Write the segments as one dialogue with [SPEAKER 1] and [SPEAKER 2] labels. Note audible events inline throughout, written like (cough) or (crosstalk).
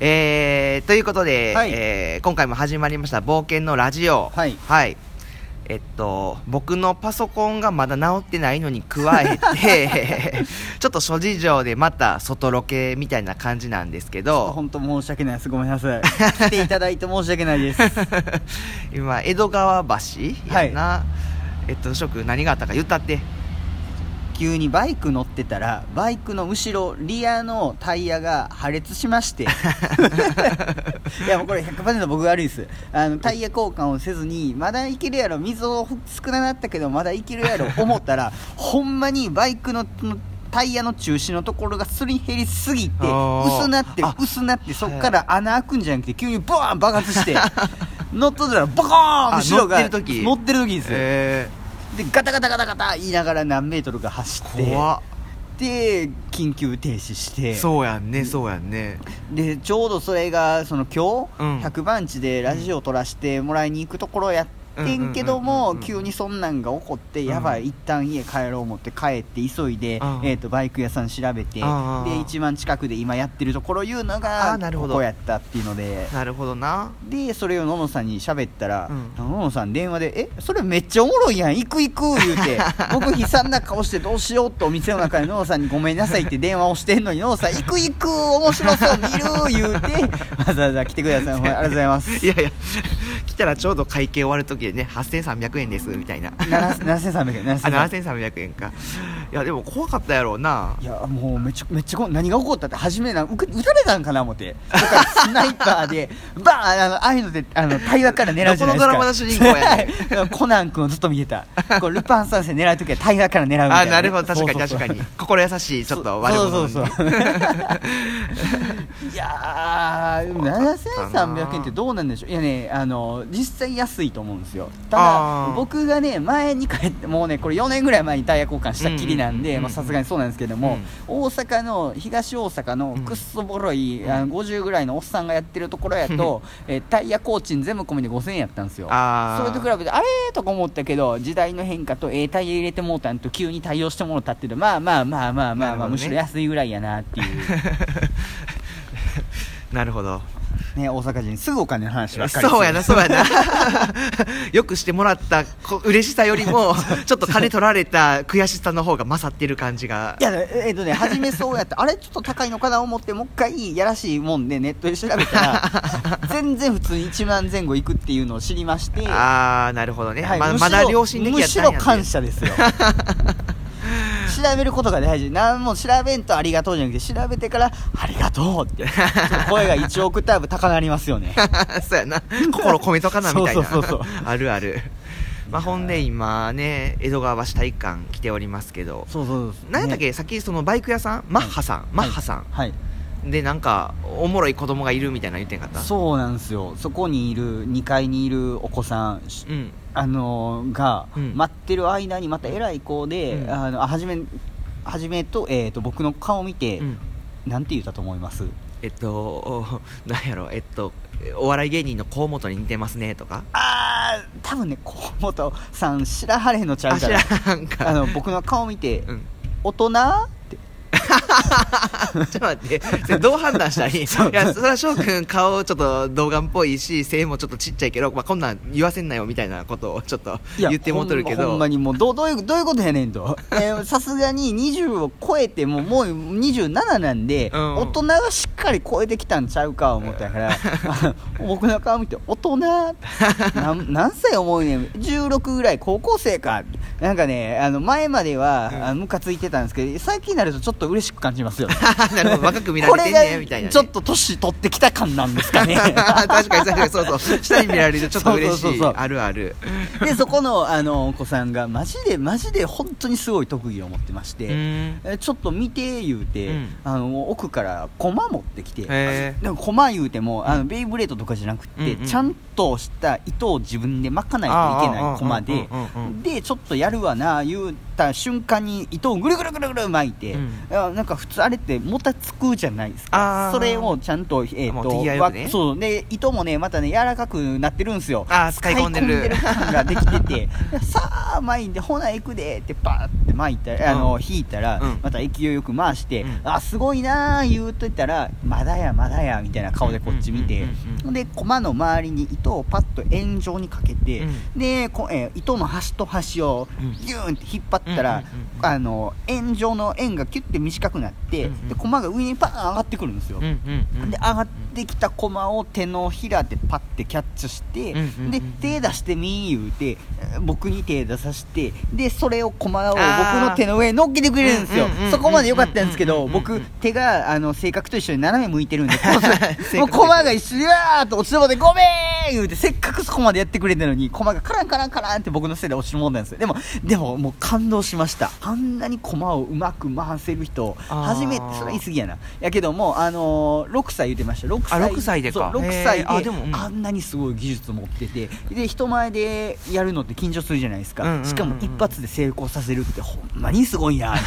[SPEAKER 1] えー、ということで、
[SPEAKER 2] はい
[SPEAKER 1] えー今回も始まりました「冒険のラジオ」
[SPEAKER 2] はい
[SPEAKER 1] えっと僕のパソコンがまだ直ってないのに加え
[SPEAKER 2] (laughs)
[SPEAKER 1] てちょっと諸事情でまた外ロケみたいな感じなんですけど
[SPEAKER 2] 本当申し訳ないですごめんなさい来ていただいて申し訳ないです
[SPEAKER 1] 今江戸川橋やな、えっと諸君何があったか言ったって
[SPEAKER 2] 急にバイク乗ってたらバイクの後ろリアのタイヤが破裂しまし
[SPEAKER 1] (laughs)
[SPEAKER 2] ていやもうこれ100%僕が悪いですあのタイヤ交換をせずにまだいけるやろ溝を少ななったけどまだいけるやろ思ったらほんまにバイクのタイヤの中心のところがすり減りすぎ
[SPEAKER 1] あ
[SPEAKER 2] て
[SPEAKER 1] ー
[SPEAKER 2] 薄なって
[SPEAKER 1] あ
[SPEAKER 2] 薄なってそっから穴開くんじゃなくて急にバーン爆発して
[SPEAKER 1] (laughs)
[SPEAKER 2] 乗っとったらボコーン
[SPEAKER 1] あ
[SPEAKER 2] 後ろが
[SPEAKER 1] 乗ってる時
[SPEAKER 2] 乗ってる時ですよ、
[SPEAKER 1] え
[SPEAKER 2] でガタガタガタガタ言いながら何メートルか走っ
[SPEAKER 1] ー、
[SPEAKER 2] て
[SPEAKER 1] 怖っ
[SPEAKER 2] で緊急停止して
[SPEAKER 1] そうやんねそうやんね
[SPEAKER 2] でちょうどそれがその今日、
[SPEAKER 1] うん
[SPEAKER 2] 100番地でラジオを撮らせてもらいに行くところやってんけど
[SPEAKER 1] うんうんうんうん
[SPEAKER 2] も
[SPEAKER 1] うん
[SPEAKER 2] 急にそんなんが起こって、
[SPEAKER 1] うん
[SPEAKER 2] やばい一旦家帰ろう思って帰って急いで、
[SPEAKER 1] うん
[SPEAKER 2] えー、とバイク屋さん調べて、
[SPEAKER 1] うんうん
[SPEAKER 2] で一番近くで今やってるところいうの
[SPEAKER 1] あー
[SPEAKER 2] が
[SPEAKER 1] なるほ
[SPEAKER 2] こ
[SPEAKER 1] ど
[SPEAKER 2] こやったっていうので。
[SPEAKER 1] なるほどな
[SPEAKER 2] でそれをののさんに喋ったら、
[SPEAKER 1] うん
[SPEAKER 2] ののさん電話で「えそれめっちゃおもろいやん行く行く」言
[SPEAKER 1] (laughs)
[SPEAKER 2] うて僕悲惨な顔してどうしようとお店の中でののさんに「ごめんなさい」って電話をしてんのにののさん「行く行く面白そう見る」言うてわざわざ来てくださいほんまにありがとうございます
[SPEAKER 1] いやいや来たらちょうど会計終わる時でね8300円ですみたいな
[SPEAKER 2] 7 7300円
[SPEAKER 1] あ
[SPEAKER 2] 7300
[SPEAKER 1] 7300円かいやでも怖かったやろうない
[SPEAKER 2] やもうめっちゃめっちゃこ何が起こったって初めなうく撃たれたんかな思ってだからスナイパーで (laughs) バーンあのああいうのであの対話から狙うじゃない
[SPEAKER 1] どこ
[SPEAKER 2] ですか
[SPEAKER 1] のドラマの主人公やね
[SPEAKER 2] (laughs) コナン君をずっと見てたこうルパン三世狙う時は対話から狙うみたいな
[SPEAKER 1] あなるほど確かに
[SPEAKER 2] そうそ
[SPEAKER 1] 確
[SPEAKER 2] う
[SPEAKER 1] か
[SPEAKER 2] そう
[SPEAKER 1] に心優しいちょっと悪
[SPEAKER 2] そう
[SPEAKER 1] 者 (laughs)
[SPEAKER 2] そう
[SPEAKER 1] に
[SPEAKER 2] そうそういやー7300円ってどうなんでしょういやねあの実際安いと思うんですよた
[SPEAKER 1] あー
[SPEAKER 2] だ僕がね前に帰ってもうねこれ4年ぐらい前にタイヤ交換したっきりなん
[SPEAKER 1] うんうんうんう
[SPEAKER 2] で
[SPEAKER 1] ん
[SPEAKER 2] まあさすがにそうなんですけども、大阪の東大阪の
[SPEAKER 1] うん
[SPEAKER 2] くっそボロい、
[SPEAKER 1] うん
[SPEAKER 2] あの50ぐらいのおっさんがやってるところやと、えータイヤ工賃全部込みで5000円やったんですよ
[SPEAKER 1] あ
[SPEAKER 2] そ
[SPEAKER 1] ー
[SPEAKER 2] れと比べてあれーとか思ったけど時代の変化とええタイヤ入れてもうたんと急に対応してもらったっていうのはまあまあまあまあまあ、まあ
[SPEAKER 1] なるほどね
[SPEAKER 2] むしろ安いぐらいやなっていう
[SPEAKER 1] なるほど
[SPEAKER 2] (laughs) ね大阪人すぐお金の話ばっかり
[SPEAKER 1] そうやなそうやな (laughs) よくしてもらったこ嬉しさよりも
[SPEAKER 2] (laughs)
[SPEAKER 1] ちょっと金取られた悔しさの方が勝ってる感じが
[SPEAKER 2] いやえっとね初めそうやってあれちょっと高いのかな思ってもう一回やらしいもんでネットで調べたら (laughs) 全然普通に1万前後いくっていうのを知りまして
[SPEAKER 1] ああなるほどね、
[SPEAKER 2] はい
[SPEAKER 1] ま
[SPEAKER 2] むし
[SPEAKER 1] ま
[SPEAKER 2] ろ
[SPEAKER 1] だ良心的やったんや
[SPEAKER 2] むしろ感謝ですよ調べることが大事何も調べんとありがとうじゃなくて調べてからありがとうってちょっと声が1オクターブ高なります
[SPEAKER 1] (laughs)
[SPEAKER 2] よね
[SPEAKER 1] (laughs) そうやな心込めとかなみたいな
[SPEAKER 2] そうそうそうそう
[SPEAKER 1] (laughs) あるあるまあほんで今ね江戸川橋体育館来ておりますけど
[SPEAKER 2] そうそうそう
[SPEAKER 1] 何やったっけ、さっきそのバイク屋さんマッハさん、マッハさん、
[SPEAKER 2] はい、
[SPEAKER 1] でなんかおもろい子供がいるみたいなの言ってんかった
[SPEAKER 2] そうなんですよそこにいる2階にいるお子さんし
[SPEAKER 1] うん
[SPEAKER 2] あのーが、
[SPEAKER 1] うん
[SPEAKER 2] 待ってる間にまた偉い子で、
[SPEAKER 1] うん
[SPEAKER 2] あのあはじめはじめと,、えー、と僕の顔を見て、
[SPEAKER 1] うん
[SPEAKER 2] なんて言ったと思います
[SPEAKER 1] えっと (laughs) なんやろえっとお笑い芸人の河本に似てますねとか
[SPEAKER 2] あー多分ね河本さん知らはれへんのちゃ
[SPEAKER 1] あ
[SPEAKER 2] う
[SPEAKER 1] 知
[SPEAKER 2] から
[SPEAKER 1] らんか
[SPEAKER 2] あの僕の顔見て、
[SPEAKER 1] うん
[SPEAKER 2] 大人って
[SPEAKER 1] ちょっと待ってそれどう判断したらいい
[SPEAKER 2] そう
[SPEAKER 1] いやそれは翔くん顔ちょっと童顔っぽいし声もちょっとちっちゃいけど、まあ、こんなん言わせんなよみたいなことをちょっと
[SPEAKER 2] いや
[SPEAKER 1] 言ってもうとるけど
[SPEAKER 2] ほんまほんまにもうどうどういうどういうことやねんと (laughs) えーさすがに20を超えてもうもう27なんで、
[SPEAKER 1] うん
[SPEAKER 2] 大人がしっかり超えてきたんちゃうか思ったから (laughs) 僕の顔見て大人なん何歳思うねん16ぐらい高校生かなんかねあの前までは、
[SPEAKER 1] うん
[SPEAKER 2] あのムカついてたんですけど最近になるとちょっと嬉しく感じ (laughs) ますよね
[SPEAKER 1] (laughs) なるほど若く見られてんねみたいな、ね、
[SPEAKER 2] これがちょっと年取ってきた感なんですか
[SPEAKER 1] (laughs)
[SPEAKER 2] ね
[SPEAKER 1] 確かに確かにそうそう下に見られるとちょっと嬉しい
[SPEAKER 2] そうそうそうそう
[SPEAKER 1] あるある
[SPEAKER 2] でそこのあのお子さんがマジでマジで本当にすごい特技を持ってまして、
[SPEAKER 1] うん
[SPEAKER 2] えちょっと見て言うて、
[SPEAKER 1] うん
[SPEAKER 2] あの奥から駒持ってきて、
[SPEAKER 1] へー
[SPEAKER 2] でも駒言うてもあのベイブレードとかじゃなくて、
[SPEAKER 1] うんうん
[SPEAKER 2] ちゃんとした糸を自分で巻かないといけない駒で
[SPEAKER 1] あーあーあーうんうんうんうん
[SPEAKER 2] でちょっとやるわな言うった瞬間に糸をぐるぐるぐるぐる巻いて、
[SPEAKER 1] うん
[SPEAKER 2] あなんか普通あれってもたつくじゃないです
[SPEAKER 1] あ
[SPEAKER 2] か
[SPEAKER 1] ー
[SPEAKER 2] それをちゃんと,、えー
[SPEAKER 1] もう
[SPEAKER 2] と
[SPEAKER 1] DIY ね
[SPEAKER 2] わそうで糸もねまたね柔らかくなってるんですよ
[SPEAKER 1] あー使い込んでる
[SPEAKER 2] 感ができて
[SPEAKER 1] (laughs)
[SPEAKER 2] てさあ巻いてほな行くでってバーって巻いたらあの、
[SPEAKER 1] うん
[SPEAKER 2] 引いたら、
[SPEAKER 1] うん
[SPEAKER 2] また勢いよく回して、
[SPEAKER 1] うん
[SPEAKER 2] あすごいなー言うといたらまだやまだやみたいな顔でこっち見て、
[SPEAKER 1] うんうんうんうん
[SPEAKER 2] で駒の周りに糸をパッと円状にかけて、
[SPEAKER 1] う
[SPEAKER 2] でこ、えー糸の端と端を
[SPEAKER 1] うん
[SPEAKER 2] ギューンって引っ張ったら、
[SPEAKER 1] うんうんうんうん
[SPEAKER 2] あの円状の円がキュッて短くなって、
[SPEAKER 1] うんうん
[SPEAKER 2] で駒が上にパーン上がってくるんですよ、
[SPEAKER 1] うんうんうん
[SPEAKER 2] で上がってきた駒を手のひらでパッてキャッチして、
[SPEAKER 1] うんうんうん
[SPEAKER 2] で手出してみー言うてえー僕に手出させてでそれを駒を僕
[SPEAKER 1] あー
[SPEAKER 2] の手の上に乗っけてくれるんですよ
[SPEAKER 1] うんうんうんうん
[SPEAKER 2] そこまで良かったんですけ
[SPEAKER 1] う
[SPEAKER 2] ど
[SPEAKER 1] んうんうんうん
[SPEAKER 2] 僕手があの性格と一緒に斜め向いてるんで
[SPEAKER 1] (laughs) と
[SPEAKER 2] もう駒が一緒にわーっと落ちてもうてごめー言うてせっかくそこまでやってくれたのに駒がカランカランカランって僕のせいで落ちてもんだんですよでもでももう感動しましたあんなに駒をうまく回せる人
[SPEAKER 1] あー
[SPEAKER 2] 初めてそれ言い過ぎやなやけどもあのー、6歳言ってました6歳
[SPEAKER 1] あ6歳でか
[SPEAKER 2] そう
[SPEAKER 1] へー
[SPEAKER 2] 6歳で
[SPEAKER 1] あ
[SPEAKER 2] あ
[SPEAKER 1] でもうん
[SPEAKER 2] んなにすごい技術持っててで人前でやるのって緊張するじゃないですか、
[SPEAKER 1] うんうんうんうん
[SPEAKER 2] しかも一発で成功させるってほんまにすご
[SPEAKER 1] (laughs)
[SPEAKER 2] いなって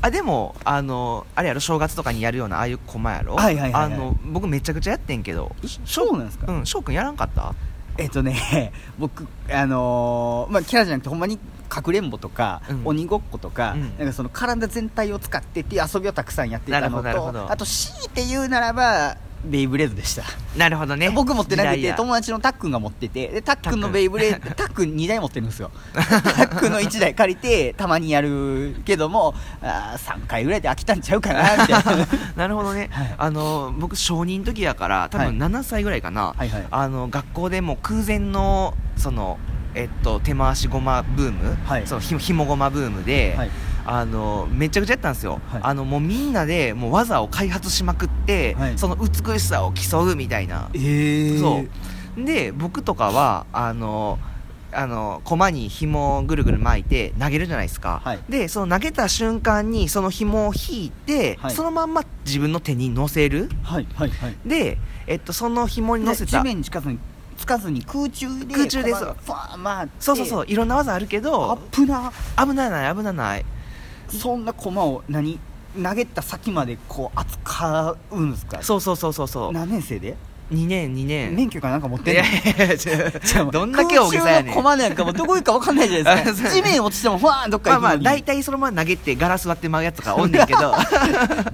[SPEAKER 1] あでもあのあれやろ正月とかにやるようなああいう駒やろ
[SPEAKER 2] はいはいはいはい
[SPEAKER 1] あの僕めちゃくちゃやってんけどし
[SPEAKER 2] そうなんですか、
[SPEAKER 1] うん翔くんやらんかった
[SPEAKER 2] えっとね (laughs) 僕あのーまあキャラじゃなくてほんまにかくれんぼとか、
[SPEAKER 1] うん
[SPEAKER 2] 鬼ごっことか,、
[SPEAKER 1] うん
[SPEAKER 2] なんかその体全体を使ってっていう遊びをたくさんやってたの
[SPEAKER 1] なるほどなるほ
[SPEAKER 2] と
[SPEAKER 1] ど
[SPEAKER 2] あと強いて言うならばベイブレードで
[SPEAKER 1] (laughs)
[SPEAKER 2] した
[SPEAKER 1] なるほどね
[SPEAKER 2] 僕持ってなく
[SPEAKER 1] 時代
[SPEAKER 2] て
[SPEAKER 1] や
[SPEAKER 2] 友達のたっくんが持っててでたっくん
[SPEAKER 1] たっく
[SPEAKER 2] の
[SPEAKER 1] ん
[SPEAKER 2] ベイブレードたっくん2台持ってるんですよたっくんの1台借りてたまにやるけどもあ3回ぐらいで飽きたんちゃうかなみた
[SPEAKER 1] (laughs)
[SPEAKER 2] いな
[SPEAKER 1] なるほどね、
[SPEAKER 2] はい
[SPEAKER 1] あの僕小認時やから多分7歳ぐらいかな、
[SPEAKER 2] はいはい
[SPEAKER 1] あの学校でもう空前のそのえっと手回しごまブーム、
[SPEAKER 2] はい
[SPEAKER 1] そのひひもごまブームで、
[SPEAKER 2] はい
[SPEAKER 1] あのめちゃくちゃやったんですよ、
[SPEAKER 2] はい
[SPEAKER 1] あのもうみんなでもう技を開発しまくって、
[SPEAKER 2] はい
[SPEAKER 1] その美しさを競うみたいな
[SPEAKER 2] えー
[SPEAKER 1] そうで僕とかはあのあの駒に紐をぐるぐる巻いて投げるじゃないですか、
[SPEAKER 2] はい
[SPEAKER 1] でその投げた瞬間にその紐を引いて、
[SPEAKER 2] はい
[SPEAKER 1] そのまんま自分の手に乗せる
[SPEAKER 2] はいはいはい
[SPEAKER 1] で、えっと、その紐に乗せ
[SPEAKER 2] 地
[SPEAKER 1] た
[SPEAKER 2] 面に近づにつかずに空中で
[SPEAKER 1] 空中でそう
[SPEAKER 2] ファーまあ
[SPEAKER 1] そうそうそうういろんな技あるけ
[SPEAKER 2] アッ
[SPEAKER 1] ど
[SPEAKER 2] プな
[SPEAKER 1] 危ないない危ないない
[SPEAKER 2] そんな駒を何投げた先までこう扱うんですか
[SPEAKER 1] そうそうそうそうそう
[SPEAKER 2] 何年生で
[SPEAKER 1] 2年2年
[SPEAKER 2] 免許かなんか持っ
[SPEAKER 1] い
[SPEAKER 2] てん
[SPEAKER 1] や
[SPEAKER 2] の
[SPEAKER 1] いやい (laughs) やち
[SPEAKER 2] じゃあ
[SPEAKER 1] ょどんだけ大げさやね
[SPEAKER 2] 空中の
[SPEAKER 1] ん
[SPEAKER 2] 駒なんかもうどこ行くか分かんないじゃないで
[SPEAKER 1] あ
[SPEAKER 2] す
[SPEAKER 1] (laughs)
[SPEAKER 2] か
[SPEAKER 1] そう
[SPEAKER 2] 地面落ちてもファーンどっか
[SPEAKER 1] ま
[SPEAKER 2] 行
[SPEAKER 1] あ
[SPEAKER 2] く
[SPEAKER 1] ま
[SPEAKER 2] の
[SPEAKER 1] あ
[SPEAKER 2] に、
[SPEAKER 1] 大体そのまま投げてガラス割ってまうやつとかおんねんけど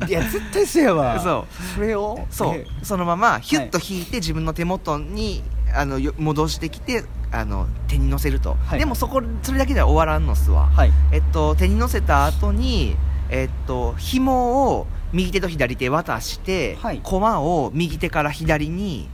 [SPEAKER 2] いや絶対 (laughs) そうやわ
[SPEAKER 1] (laughs) そう
[SPEAKER 2] それを
[SPEAKER 1] そ
[SPEAKER 2] え
[SPEAKER 1] うそのままヒュッと引いて自分の手元にあのよ戻してきてあの手に乗せると、
[SPEAKER 2] はい
[SPEAKER 1] でもそこそれだけでは終わらんのっすわ、
[SPEAKER 2] はい
[SPEAKER 1] えっと、手に乗せた後にえっと紐を右手と左手渡して、
[SPEAKER 2] はい
[SPEAKER 1] 駒を右手から左に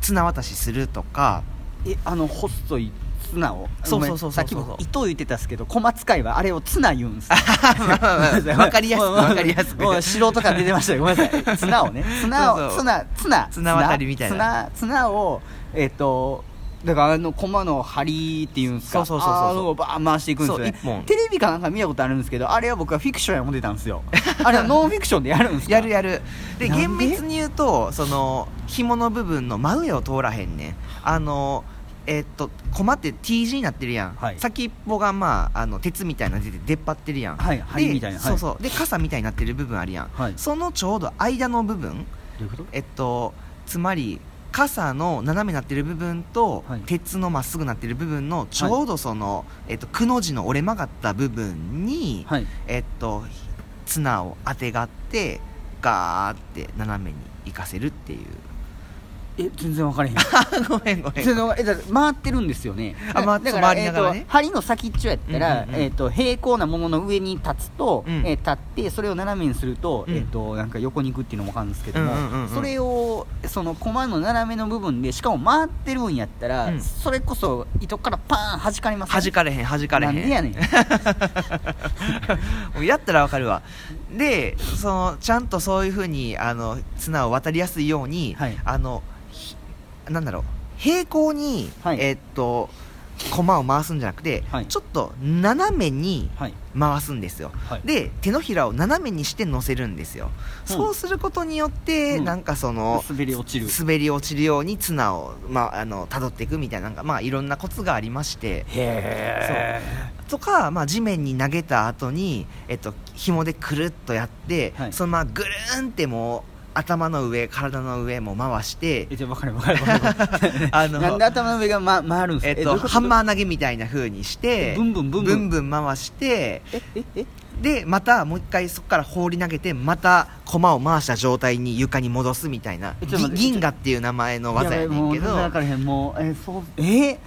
[SPEAKER 1] 綱渡しするとか
[SPEAKER 2] えあの細い綱を
[SPEAKER 1] そう
[SPEAKER 2] ごめん
[SPEAKER 1] そうそうそう
[SPEAKER 2] さっき僕糸を言ってたんですけど駒使いはあれを綱言うんですよ (laughs)
[SPEAKER 1] わかり (laughs) やすくわかりやすく
[SPEAKER 2] もう素人感出てましたよごめんな (laughs) さい綱をね綱
[SPEAKER 1] そう
[SPEAKER 2] を
[SPEAKER 1] そう
[SPEAKER 2] 綱綱
[SPEAKER 1] 綱渡りみたいな
[SPEAKER 2] 綱綱をえっ、とだからあの駒の針っていうんですか
[SPEAKER 1] そうそうそうそう
[SPEAKER 2] あのをバーン回していくんですよ、ね、
[SPEAKER 1] そう一本
[SPEAKER 2] テレビかなんか見たことあるんですけどあれは僕はフィクションや思ってたんで
[SPEAKER 1] (laughs)
[SPEAKER 2] すよあれはノンフィクションでやるんですか
[SPEAKER 1] やるやるで
[SPEAKER 2] なんで
[SPEAKER 1] 厳密に言うとその紐の部分の真上を通らへんねんあのえっと駒って T 字になってるやん、
[SPEAKER 2] はい
[SPEAKER 1] 先っぽがまああの鉄みたいなの出て出っ張ってるやん
[SPEAKER 2] はい
[SPEAKER 1] で
[SPEAKER 2] 針みたいなはい
[SPEAKER 1] そうそうで傘みたいになってる部分あるやん、
[SPEAKER 2] はい
[SPEAKER 1] そのちょうど間の部分
[SPEAKER 2] どういうこと
[SPEAKER 1] えっとつまり傘の斜めになってる部分と、
[SPEAKER 2] はい
[SPEAKER 1] 鉄のまっすぐなってる部分のちょうどその、えっと、くの字の折れ曲がった部分に、
[SPEAKER 2] はい
[SPEAKER 1] えっと綱をあてがってガーって斜めに行かせるっていう
[SPEAKER 2] (laughs) え全然分からへん
[SPEAKER 1] ごめんごめ
[SPEAKER 2] そ
[SPEAKER 1] ん
[SPEAKER 2] のえだから回ってるんですよね。
[SPEAKER 1] あ回っ
[SPEAKER 2] だから
[SPEAKER 1] 回りながらね
[SPEAKER 2] えーと針の先っちょやったら、
[SPEAKER 1] うんうんうん
[SPEAKER 2] えっ、と平行なものの上に立つと、
[SPEAKER 1] うん
[SPEAKER 2] えー立ってそれを斜めにすると、
[SPEAKER 1] うん
[SPEAKER 2] えっ、となんか横に行くっていうのもわかるんですけども、
[SPEAKER 1] うんうんうんうん
[SPEAKER 2] それをその駒の斜めの部分でしかも回ってるんやったら、
[SPEAKER 1] うん
[SPEAKER 2] それこそ糸からパーン弾かれます、
[SPEAKER 1] 弾かれへん弾かれへん
[SPEAKER 2] なんでやねん。
[SPEAKER 1] (laughs) もうやったらわかるわでそのちゃんとそういうふうにあの綱を渡りやすいように、
[SPEAKER 2] はい
[SPEAKER 1] あのひなんだろう平行に、
[SPEAKER 2] はい
[SPEAKER 1] えっと駒を回すんじゃなくて、
[SPEAKER 2] はい
[SPEAKER 1] ちょっと斜めに
[SPEAKER 2] はい
[SPEAKER 1] 回すんですよ、
[SPEAKER 2] はい
[SPEAKER 1] で手のひらを斜めにして乗せるんですよ、
[SPEAKER 2] うん
[SPEAKER 1] そうすることによって、
[SPEAKER 2] うん
[SPEAKER 1] なんかその
[SPEAKER 2] 滑り落ちる
[SPEAKER 1] 滑り落ちるように綱をまああの辿っていくみたいななんかまあいろんなコツがありまして
[SPEAKER 2] へ
[SPEAKER 1] とか、まあ、地面に投げた後にえっと紐でくるっとやって、
[SPEAKER 2] はい
[SPEAKER 1] そのままぐるーんってもう頭の上体の上も回して
[SPEAKER 2] えじゃあ分かる分かる分かる
[SPEAKER 1] あの
[SPEAKER 2] なんで頭の上が、ま、回るんです
[SPEAKER 1] え
[SPEAKER 2] か
[SPEAKER 1] っと、ハン
[SPEAKER 2] ー
[SPEAKER 1] マー投げみたいな風にして
[SPEAKER 2] ブンブンブンブン
[SPEAKER 1] 回して
[SPEAKER 2] えええ
[SPEAKER 1] でまたもう一回そこから放り投げてまた駒を回した状態に床に戻すみたいな
[SPEAKER 2] えちょっと待って
[SPEAKER 1] 銀河っていう名前の技やねんけ
[SPEAKER 2] やばいもう全然
[SPEAKER 1] ど
[SPEAKER 2] 分からへんもうえそうえで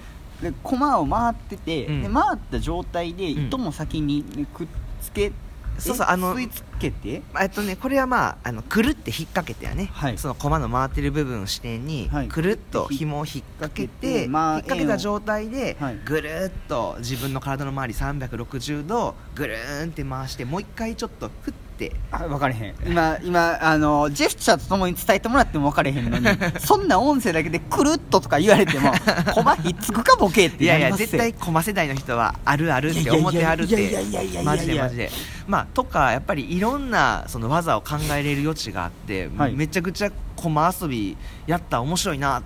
[SPEAKER 2] 駒を回ってて、
[SPEAKER 1] うん
[SPEAKER 2] で回った状態で
[SPEAKER 1] うん
[SPEAKER 2] 糸も先にねくっつけ、
[SPEAKER 1] そうそう
[SPEAKER 2] え
[SPEAKER 1] あの
[SPEAKER 2] 吸い付けて
[SPEAKER 1] えっとね、これはまああのくるって引っ掛けてやね、
[SPEAKER 2] はい
[SPEAKER 1] その駒の回ってる部分を支点に、
[SPEAKER 2] はい
[SPEAKER 1] くるっと紐を引っ掛けて
[SPEAKER 2] 引っ掛けてまあ
[SPEAKER 1] 引っ掛けた状態で、
[SPEAKER 2] はい
[SPEAKER 1] ぐるっと自分の体の周り360度ぐるーんって回してもう一回ちょっとふって
[SPEAKER 2] あ分かれへん今今あのジェスチャーとともに伝えてもらっても分かれへんのにそんな音声だけでくるっととか言わ
[SPEAKER 1] (laughs)
[SPEAKER 2] れても駒ひっつくかボケって
[SPEAKER 1] いや
[SPEAKER 2] ないり
[SPEAKER 1] や
[SPEAKER 2] ますよ
[SPEAKER 1] 絶対駒世代の人はあるあるって思ってあるっ
[SPEAKER 2] いやいや
[SPEAKER 1] て
[SPEAKER 2] いやいやいやいやいや
[SPEAKER 1] マジでマジでまあとかやっぱりいろんなその技を考えれる余地があって、
[SPEAKER 2] はい
[SPEAKER 1] めちゃくちゃ駒遊びやったら面白いなっ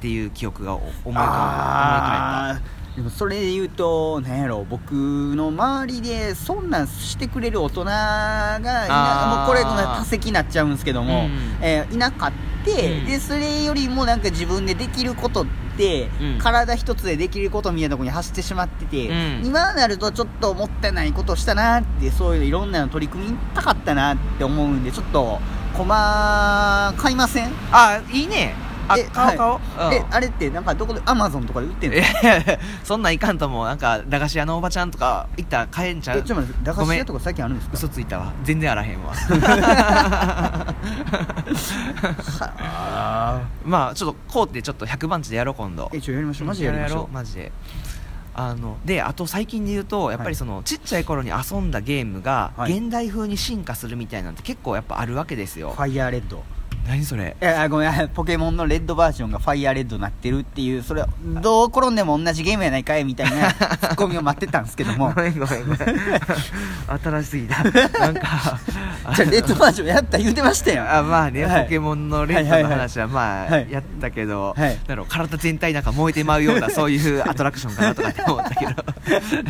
[SPEAKER 1] ていう記憶がお思い浮かんだ思い浮かんだ
[SPEAKER 2] あーでもそれで言うとなんやろ僕の周りでそんなんしてくれる大人がいな
[SPEAKER 1] あー
[SPEAKER 2] もうこれごめん多席になっちゃうんですけど
[SPEAKER 1] う
[SPEAKER 2] も、
[SPEAKER 1] ん
[SPEAKER 2] えーいなかって、
[SPEAKER 1] うん
[SPEAKER 2] でそれよりもなんか自分でできることって、
[SPEAKER 1] うん
[SPEAKER 2] 体一つでできることみたいなところに走ってしまってて、
[SPEAKER 1] うん
[SPEAKER 2] 今なるとちょっともったいないことをしたなってそういういろんなの取り組みたかったなって思うんでちょっと駒買いません
[SPEAKER 1] あいいねあ
[SPEAKER 2] え
[SPEAKER 1] 顔顔、
[SPEAKER 2] はいえ
[SPEAKER 1] うん
[SPEAKER 2] あれってなんかどこでアマゾンとかで売ってんの
[SPEAKER 1] いやいやそんなん (laughs) いかんともうなんか駄菓子屋のおばちゃんとか行ったら買えんちゃ
[SPEAKER 2] え
[SPEAKER 1] う
[SPEAKER 2] ちょっと待って駄菓
[SPEAKER 1] ご
[SPEAKER 2] 子
[SPEAKER 1] め
[SPEAKER 2] 屋
[SPEAKER 1] ん
[SPEAKER 2] とか最近あるんです
[SPEAKER 1] 嘘
[SPEAKER 2] か
[SPEAKER 1] ついたわ全然あらへん
[SPEAKER 2] (laughs)
[SPEAKER 1] わ (laughs)
[SPEAKER 2] は
[SPEAKER 1] まあちょっとこうってちょっと100番地でやろう今
[SPEAKER 2] (laughs)
[SPEAKER 1] 度
[SPEAKER 2] えちょやりましょうマジでやりましょう
[SPEAKER 1] マジであのであと最近で言うとやっぱりその、ちっちゃい頃に遊んだゲームが、
[SPEAKER 2] はい
[SPEAKER 1] 現代風に進化するみたいなんて結構やっぱあるわけですよ
[SPEAKER 2] ファイヤーレッド
[SPEAKER 1] 何それ
[SPEAKER 2] えあごめんポケモンのレッドバージョンがファイヤーレッドになってるっていうそれどう転んでも同じゲームやないかいみたい
[SPEAKER 1] (laughs)
[SPEAKER 2] なツッコミを待ってたんですけども
[SPEAKER 1] ごめんごめんごめ
[SPEAKER 2] (laughs)
[SPEAKER 1] ん新しすぎたなんか
[SPEAKER 2] じゃあレッドバージョンやった言うてましたよ
[SPEAKER 1] あまあね、
[SPEAKER 2] はい
[SPEAKER 1] ポケモンのレッドの話はまあ
[SPEAKER 2] はい
[SPEAKER 1] やったけど、
[SPEAKER 2] はい
[SPEAKER 1] なんだろう体全体なんか燃えてまうよう
[SPEAKER 2] (laughs)
[SPEAKER 1] なそういうアトラクションかなとかって思ったけ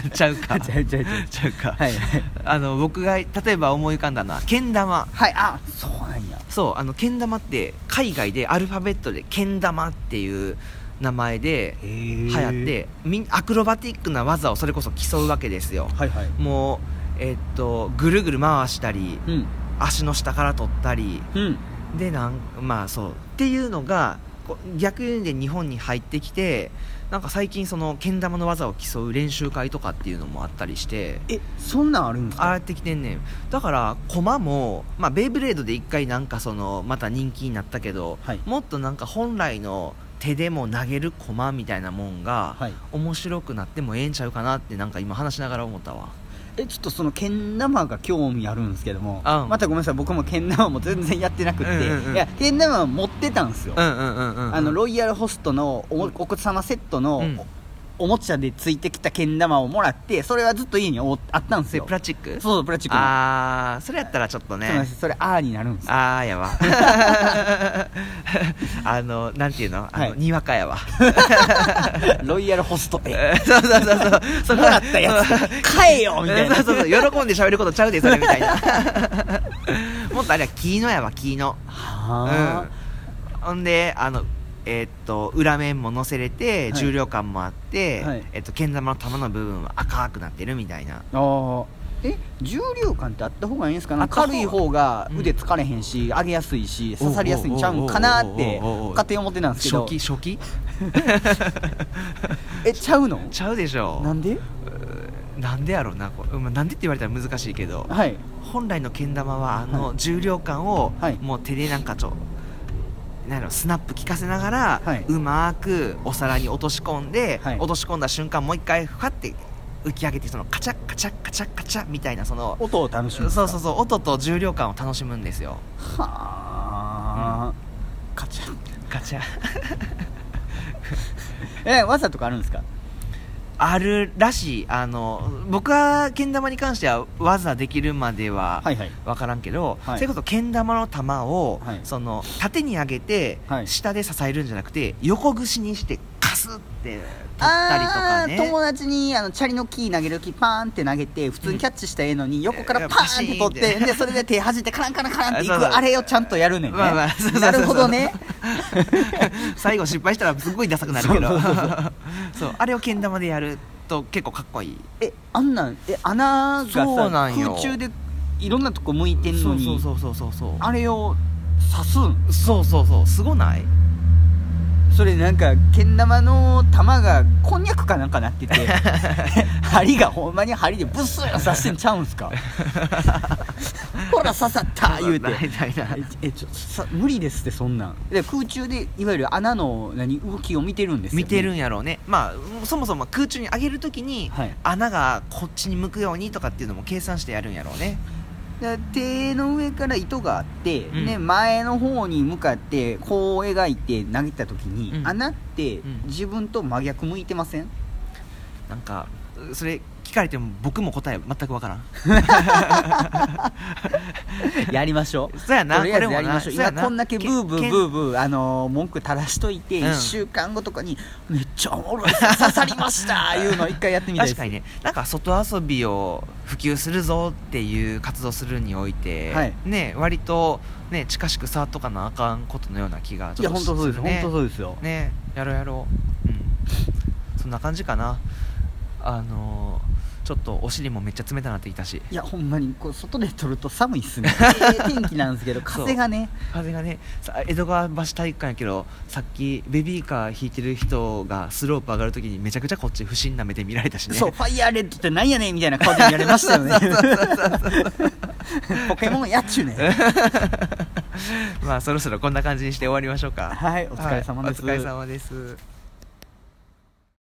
[SPEAKER 1] どちゃう
[SPEAKER 2] (laughs)
[SPEAKER 1] か
[SPEAKER 2] ちゃうちゃうちゃう
[SPEAKER 1] ちゃうか、
[SPEAKER 2] はいはい
[SPEAKER 1] あの僕が例えば思い浮かんだのはけん玉
[SPEAKER 2] はいあそうなんや
[SPEAKER 1] そうあのけん玉って海外でアルファベットでけん玉っていう名前で
[SPEAKER 2] へ
[SPEAKER 1] 流
[SPEAKER 2] え
[SPEAKER 1] 行ってみんアクロバティックな技をそれこそ競うわけですよ
[SPEAKER 2] はいはい
[SPEAKER 1] もうえっとぐるぐる回したり
[SPEAKER 2] うん
[SPEAKER 1] 足の下から取ったり
[SPEAKER 2] うん
[SPEAKER 1] でなんまあそうっていうのがこう逆輸入で日本に入ってきてなんか最近そのけん玉の技を競う練習会とかっていうのもあったりして
[SPEAKER 2] えそんなんあるんです
[SPEAKER 1] あ
[SPEAKER 2] か
[SPEAKER 1] あやってきてんねんだから駒も、まあ、ベイブレードで一回なんかそのまた人気になったけど、
[SPEAKER 2] はい
[SPEAKER 1] もっとなんか本来の手でも投げる駒みたいなもんが、
[SPEAKER 2] はい
[SPEAKER 1] 面白くなってもええんちゃうかなってなんか今話しながら思ったわ
[SPEAKER 2] えちょっとそのけん玉が興味あるんですけども、
[SPEAKER 1] うん
[SPEAKER 2] またごめんなさい僕もけん玉も全然やってなくって、
[SPEAKER 1] うんうんうん
[SPEAKER 2] いやけん玉は持ってたんですよ、
[SPEAKER 1] うんうんうんうんうん
[SPEAKER 2] あのロイヤルホストのお,、お子様セットの、
[SPEAKER 1] うん
[SPEAKER 2] おもちゃでついてきたけん玉をもらってそれはずっと家におあったんです
[SPEAKER 1] で
[SPEAKER 2] よ
[SPEAKER 1] プラチック
[SPEAKER 2] そうそうプラスチックの
[SPEAKER 1] ああそれやったらちょっとね
[SPEAKER 2] そうなんですそれあーになる
[SPEAKER 1] (laughs)
[SPEAKER 2] んですよ
[SPEAKER 1] あーや
[SPEAKER 2] (laughs)
[SPEAKER 1] わあのなんていうのあの、
[SPEAKER 2] はい
[SPEAKER 1] にわかやわ
[SPEAKER 2] (laughs) ロイヤルホストで
[SPEAKER 1] えーそうそうそうそうそ
[SPEAKER 2] も
[SPEAKER 1] こ
[SPEAKER 2] らったやつ買えよ
[SPEAKER 1] (laughs) そう
[SPEAKER 2] みたいな
[SPEAKER 1] (laughs) そうそうそう喜んで喋ることちゃうでそれみたい
[SPEAKER 2] (laughs)
[SPEAKER 1] なもっとあれはキーノやわキーノ
[SPEAKER 2] は
[SPEAKER 1] うん、ほんであのえーっと裏面も乗せれて、
[SPEAKER 2] い
[SPEAKER 1] 重量感もあって、
[SPEAKER 2] はい
[SPEAKER 1] えっとけん玉の玉の部分は赤くなってるみたいな
[SPEAKER 2] あ、ああえ重量感ってあった方がいいんですかね
[SPEAKER 1] あった方が
[SPEAKER 2] 軽い方が腕疲れへんし、上げやすいし刺さりやすいんちゃうんかなって
[SPEAKER 1] おうおうおうおうおうおうおう
[SPEAKER 2] 勝手に思ってたんですけ
[SPEAKER 1] 初
[SPEAKER 2] ど
[SPEAKER 1] 期初
[SPEAKER 2] (laughs)
[SPEAKER 1] 期
[SPEAKER 2] えちゃうの
[SPEAKER 1] ちゃうでしょ
[SPEAKER 2] なんで
[SPEAKER 1] なんでやろうなこれ、まあ、なんでって言われたら難しいけど
[SPEAKER 2] はい
[SPEAKER 1] 本来のけん玉はあ
[SPEAKER 2] は
[SPEAKER 1] の重量感を
[SPEAKER 2] はい
[SPEAKER 1] もう手でなんかちょなんやろスナップ効かせながら、
[SPEAKER 2] はいう
[SPEAKER 1] まくお皿に落とし込んで、
[SPEAKER 2] はい
[SPEAKER 1] 落とし込んだ瞬間もう一回ふわって浮き上げてそのカチャッカチャッカチャッカチャッみたいなその
[SPEAKER 2] 音を楽しむん
[SPEAKER 1] そう
[SPEAKER 2] で
[SPEAKER 1] そ
[SPEAKER 2] すか
[SPEAKER 1] うそう音と重量感を楽しむんですよ
[SPEAKER 2] はあ、カチャン
[SPEAKER 1] カチャ
[SPEAKER 2] え技とかあるんですか
[SPEAKER 1] あるらしいあの僕はけん玉に関しては技できるまでは
[SPEAKER 2] はいはい
[SPEAKER 1] 分からんけど、
[SPEAKER 2] はい
[SPEAKER 1] それこそけん玉の玉を、
[SPEAKER 2] はい
[SPEAKER 1] その縦に上げて、
[SPEAKER 2] はい
[SPEAKER 1] 下で支えるんじゃなくて横串にしてカスって取ったりと
[SPEAKER 2] あ
[SPEAKER 1] か
[SPEAKER 2] ー
[SPEAKER 1] ね
[SPEAKER 2] 友達にあのチャリのキー投げる時パーンって投げて普通にキャッチしたらええのに横からパーンって取って
[SPEAKER 1] う
[SPEAKER 2] でそれで手弾いてカランカランカランってい
[SPEAKER 1] そうそう
[SPEAKER 2] くあれをちゃんとやるねんね
[SPEAKER 1] まあまあそうそうそう
[SPEAKER 2] なるほどね
[SPEAKER 1] (laughs) 最後失敗したらすっごいダサくなるけど
[SPEAKER 2] そ
[SPEAKER 1] そうう
[SPEAKER 2] そう
[SPEAKER 1] (laughs) あれをけん玉でやると結構かっこいい
[SPEAKER 2] えあんなんえ穴がさ
[SPEAKER 1] そうなんよ
[SPEAKER 2] 空中でいろんなとこ向いてんのに
[SPEAKER 1] そうそうそうそうそう
[SPEAKER 2] あれを刺すん
[SPEAKER 1] そうそうそうすごない
[SPEAKER 2] それなんかけん玉の玉がこんにゃくかなんかなって (laughs) て針がほんまに針でブスッ刺してんちゃうんす (laughs) かほら刺さった言うて
[SPEAKER 1] ないないない
[SPEAKER 2] えちょさ無理ですってそんなんで空中でいわゆる穴の何動きを見てるんですよ、
[SPEAKER 1] (laughs)
[SPEAKER 2] ね、
[SPEAKER 1] 見てるんやろうねまあそもそも空中に上げるときに、
[SPEAKER 2] はい
[SPEAKER 1] 穴がこっちに向くようにとかっていうのも計算してやるんやろうね
[SPEAKER 2] で手の上から糸があって、
[SPEAKER 1] うん
[SPEAKER 2] で前の方に向かってこう描いて投げた時に、
[SPEAKER 1] うん
[SPEAKER 2] 穴って
[SPEAKER 1] うん
[SPEAKER 2] 自分と真逆向いてません、
[SPEAKER 1] なんかそれ聞かれても僕も答え全く分からん
[SPEAKER 2] やりましょ
[SPEAKER 1] (laughs)
[SPEAKER 2] う
[SPEAKER 1] そうやな
[SPEAKER 2] (laughs) とりあえず
[SPEAKER 1] これ
[SPEAKER 2] や
[SPEAKER 1] も
[SPEAKER 2] り
[SPEAKER 1] な
[SPEAKER 2] ましょう
[SPEAKER 1] そうや
[SPEAKER 2] 今
[SPEAKER 1] な
[SPEAKER 2] こんだけブーブー
[SPEAKER 1] け
[SPEAKER 2] ブーブー、あのー文句垂らしといて、
[SPEAKER 1] うん
[SPEAKER 2] 1週間後とかに「めっちゃおもろい刺さりまし
[SPEAKER 1] (laughs)
[SPEAKER 2] た」いうのを一回やってみたいで
[SPEAKER 1] 確か
[SPEAKER 2] す
[SPEAKER 1] にねなんか外遊びを普及するぞっていう活動するにおいて、
[SPEAKER 2] はい
[SPEAKER 1] ね割とね近しく触っとかなあかんことのような気が
[SPEAKER 2] い
[SPEAKER 1] ちょ
[SPEAKER 2] や
[SPEAKER 1] っと
[SPEAKER 2] 本当そうです、
[SPEAKER 1] ね
[SPEAKER 2] 本当そうですよ、
[SPEAKER 1] ねやろうやろううんそんな感じかなあのーちょっとお尻もめっちゃ冷たなってきたし
[SPEAKER 2] いやほんまにこう外で撮ると寒いっ
[SPEAKER 1] (laughs)
[SPEAKER 2] すねええ天気なんですけど風がね
[SPEAKER 1] 風がねさ江戸川橋体育館やけどさっきベビーカー引いてる人がスロープ上がるときにめちゃくちゃこっち不審な目で見られたしね (laughs)
[SPEAKER 2] そうファイヤーレッドってなんやねんみたいな顔で見られました (laughs) よね (laughs) ポケモンやっちゅうねん
[SPEAKER 1] まあそろそろこんな感じにして終わりましょうか
[SPEAKER 2] はいお疲れ様です
[SPEAKER 1] はいお疲れ様です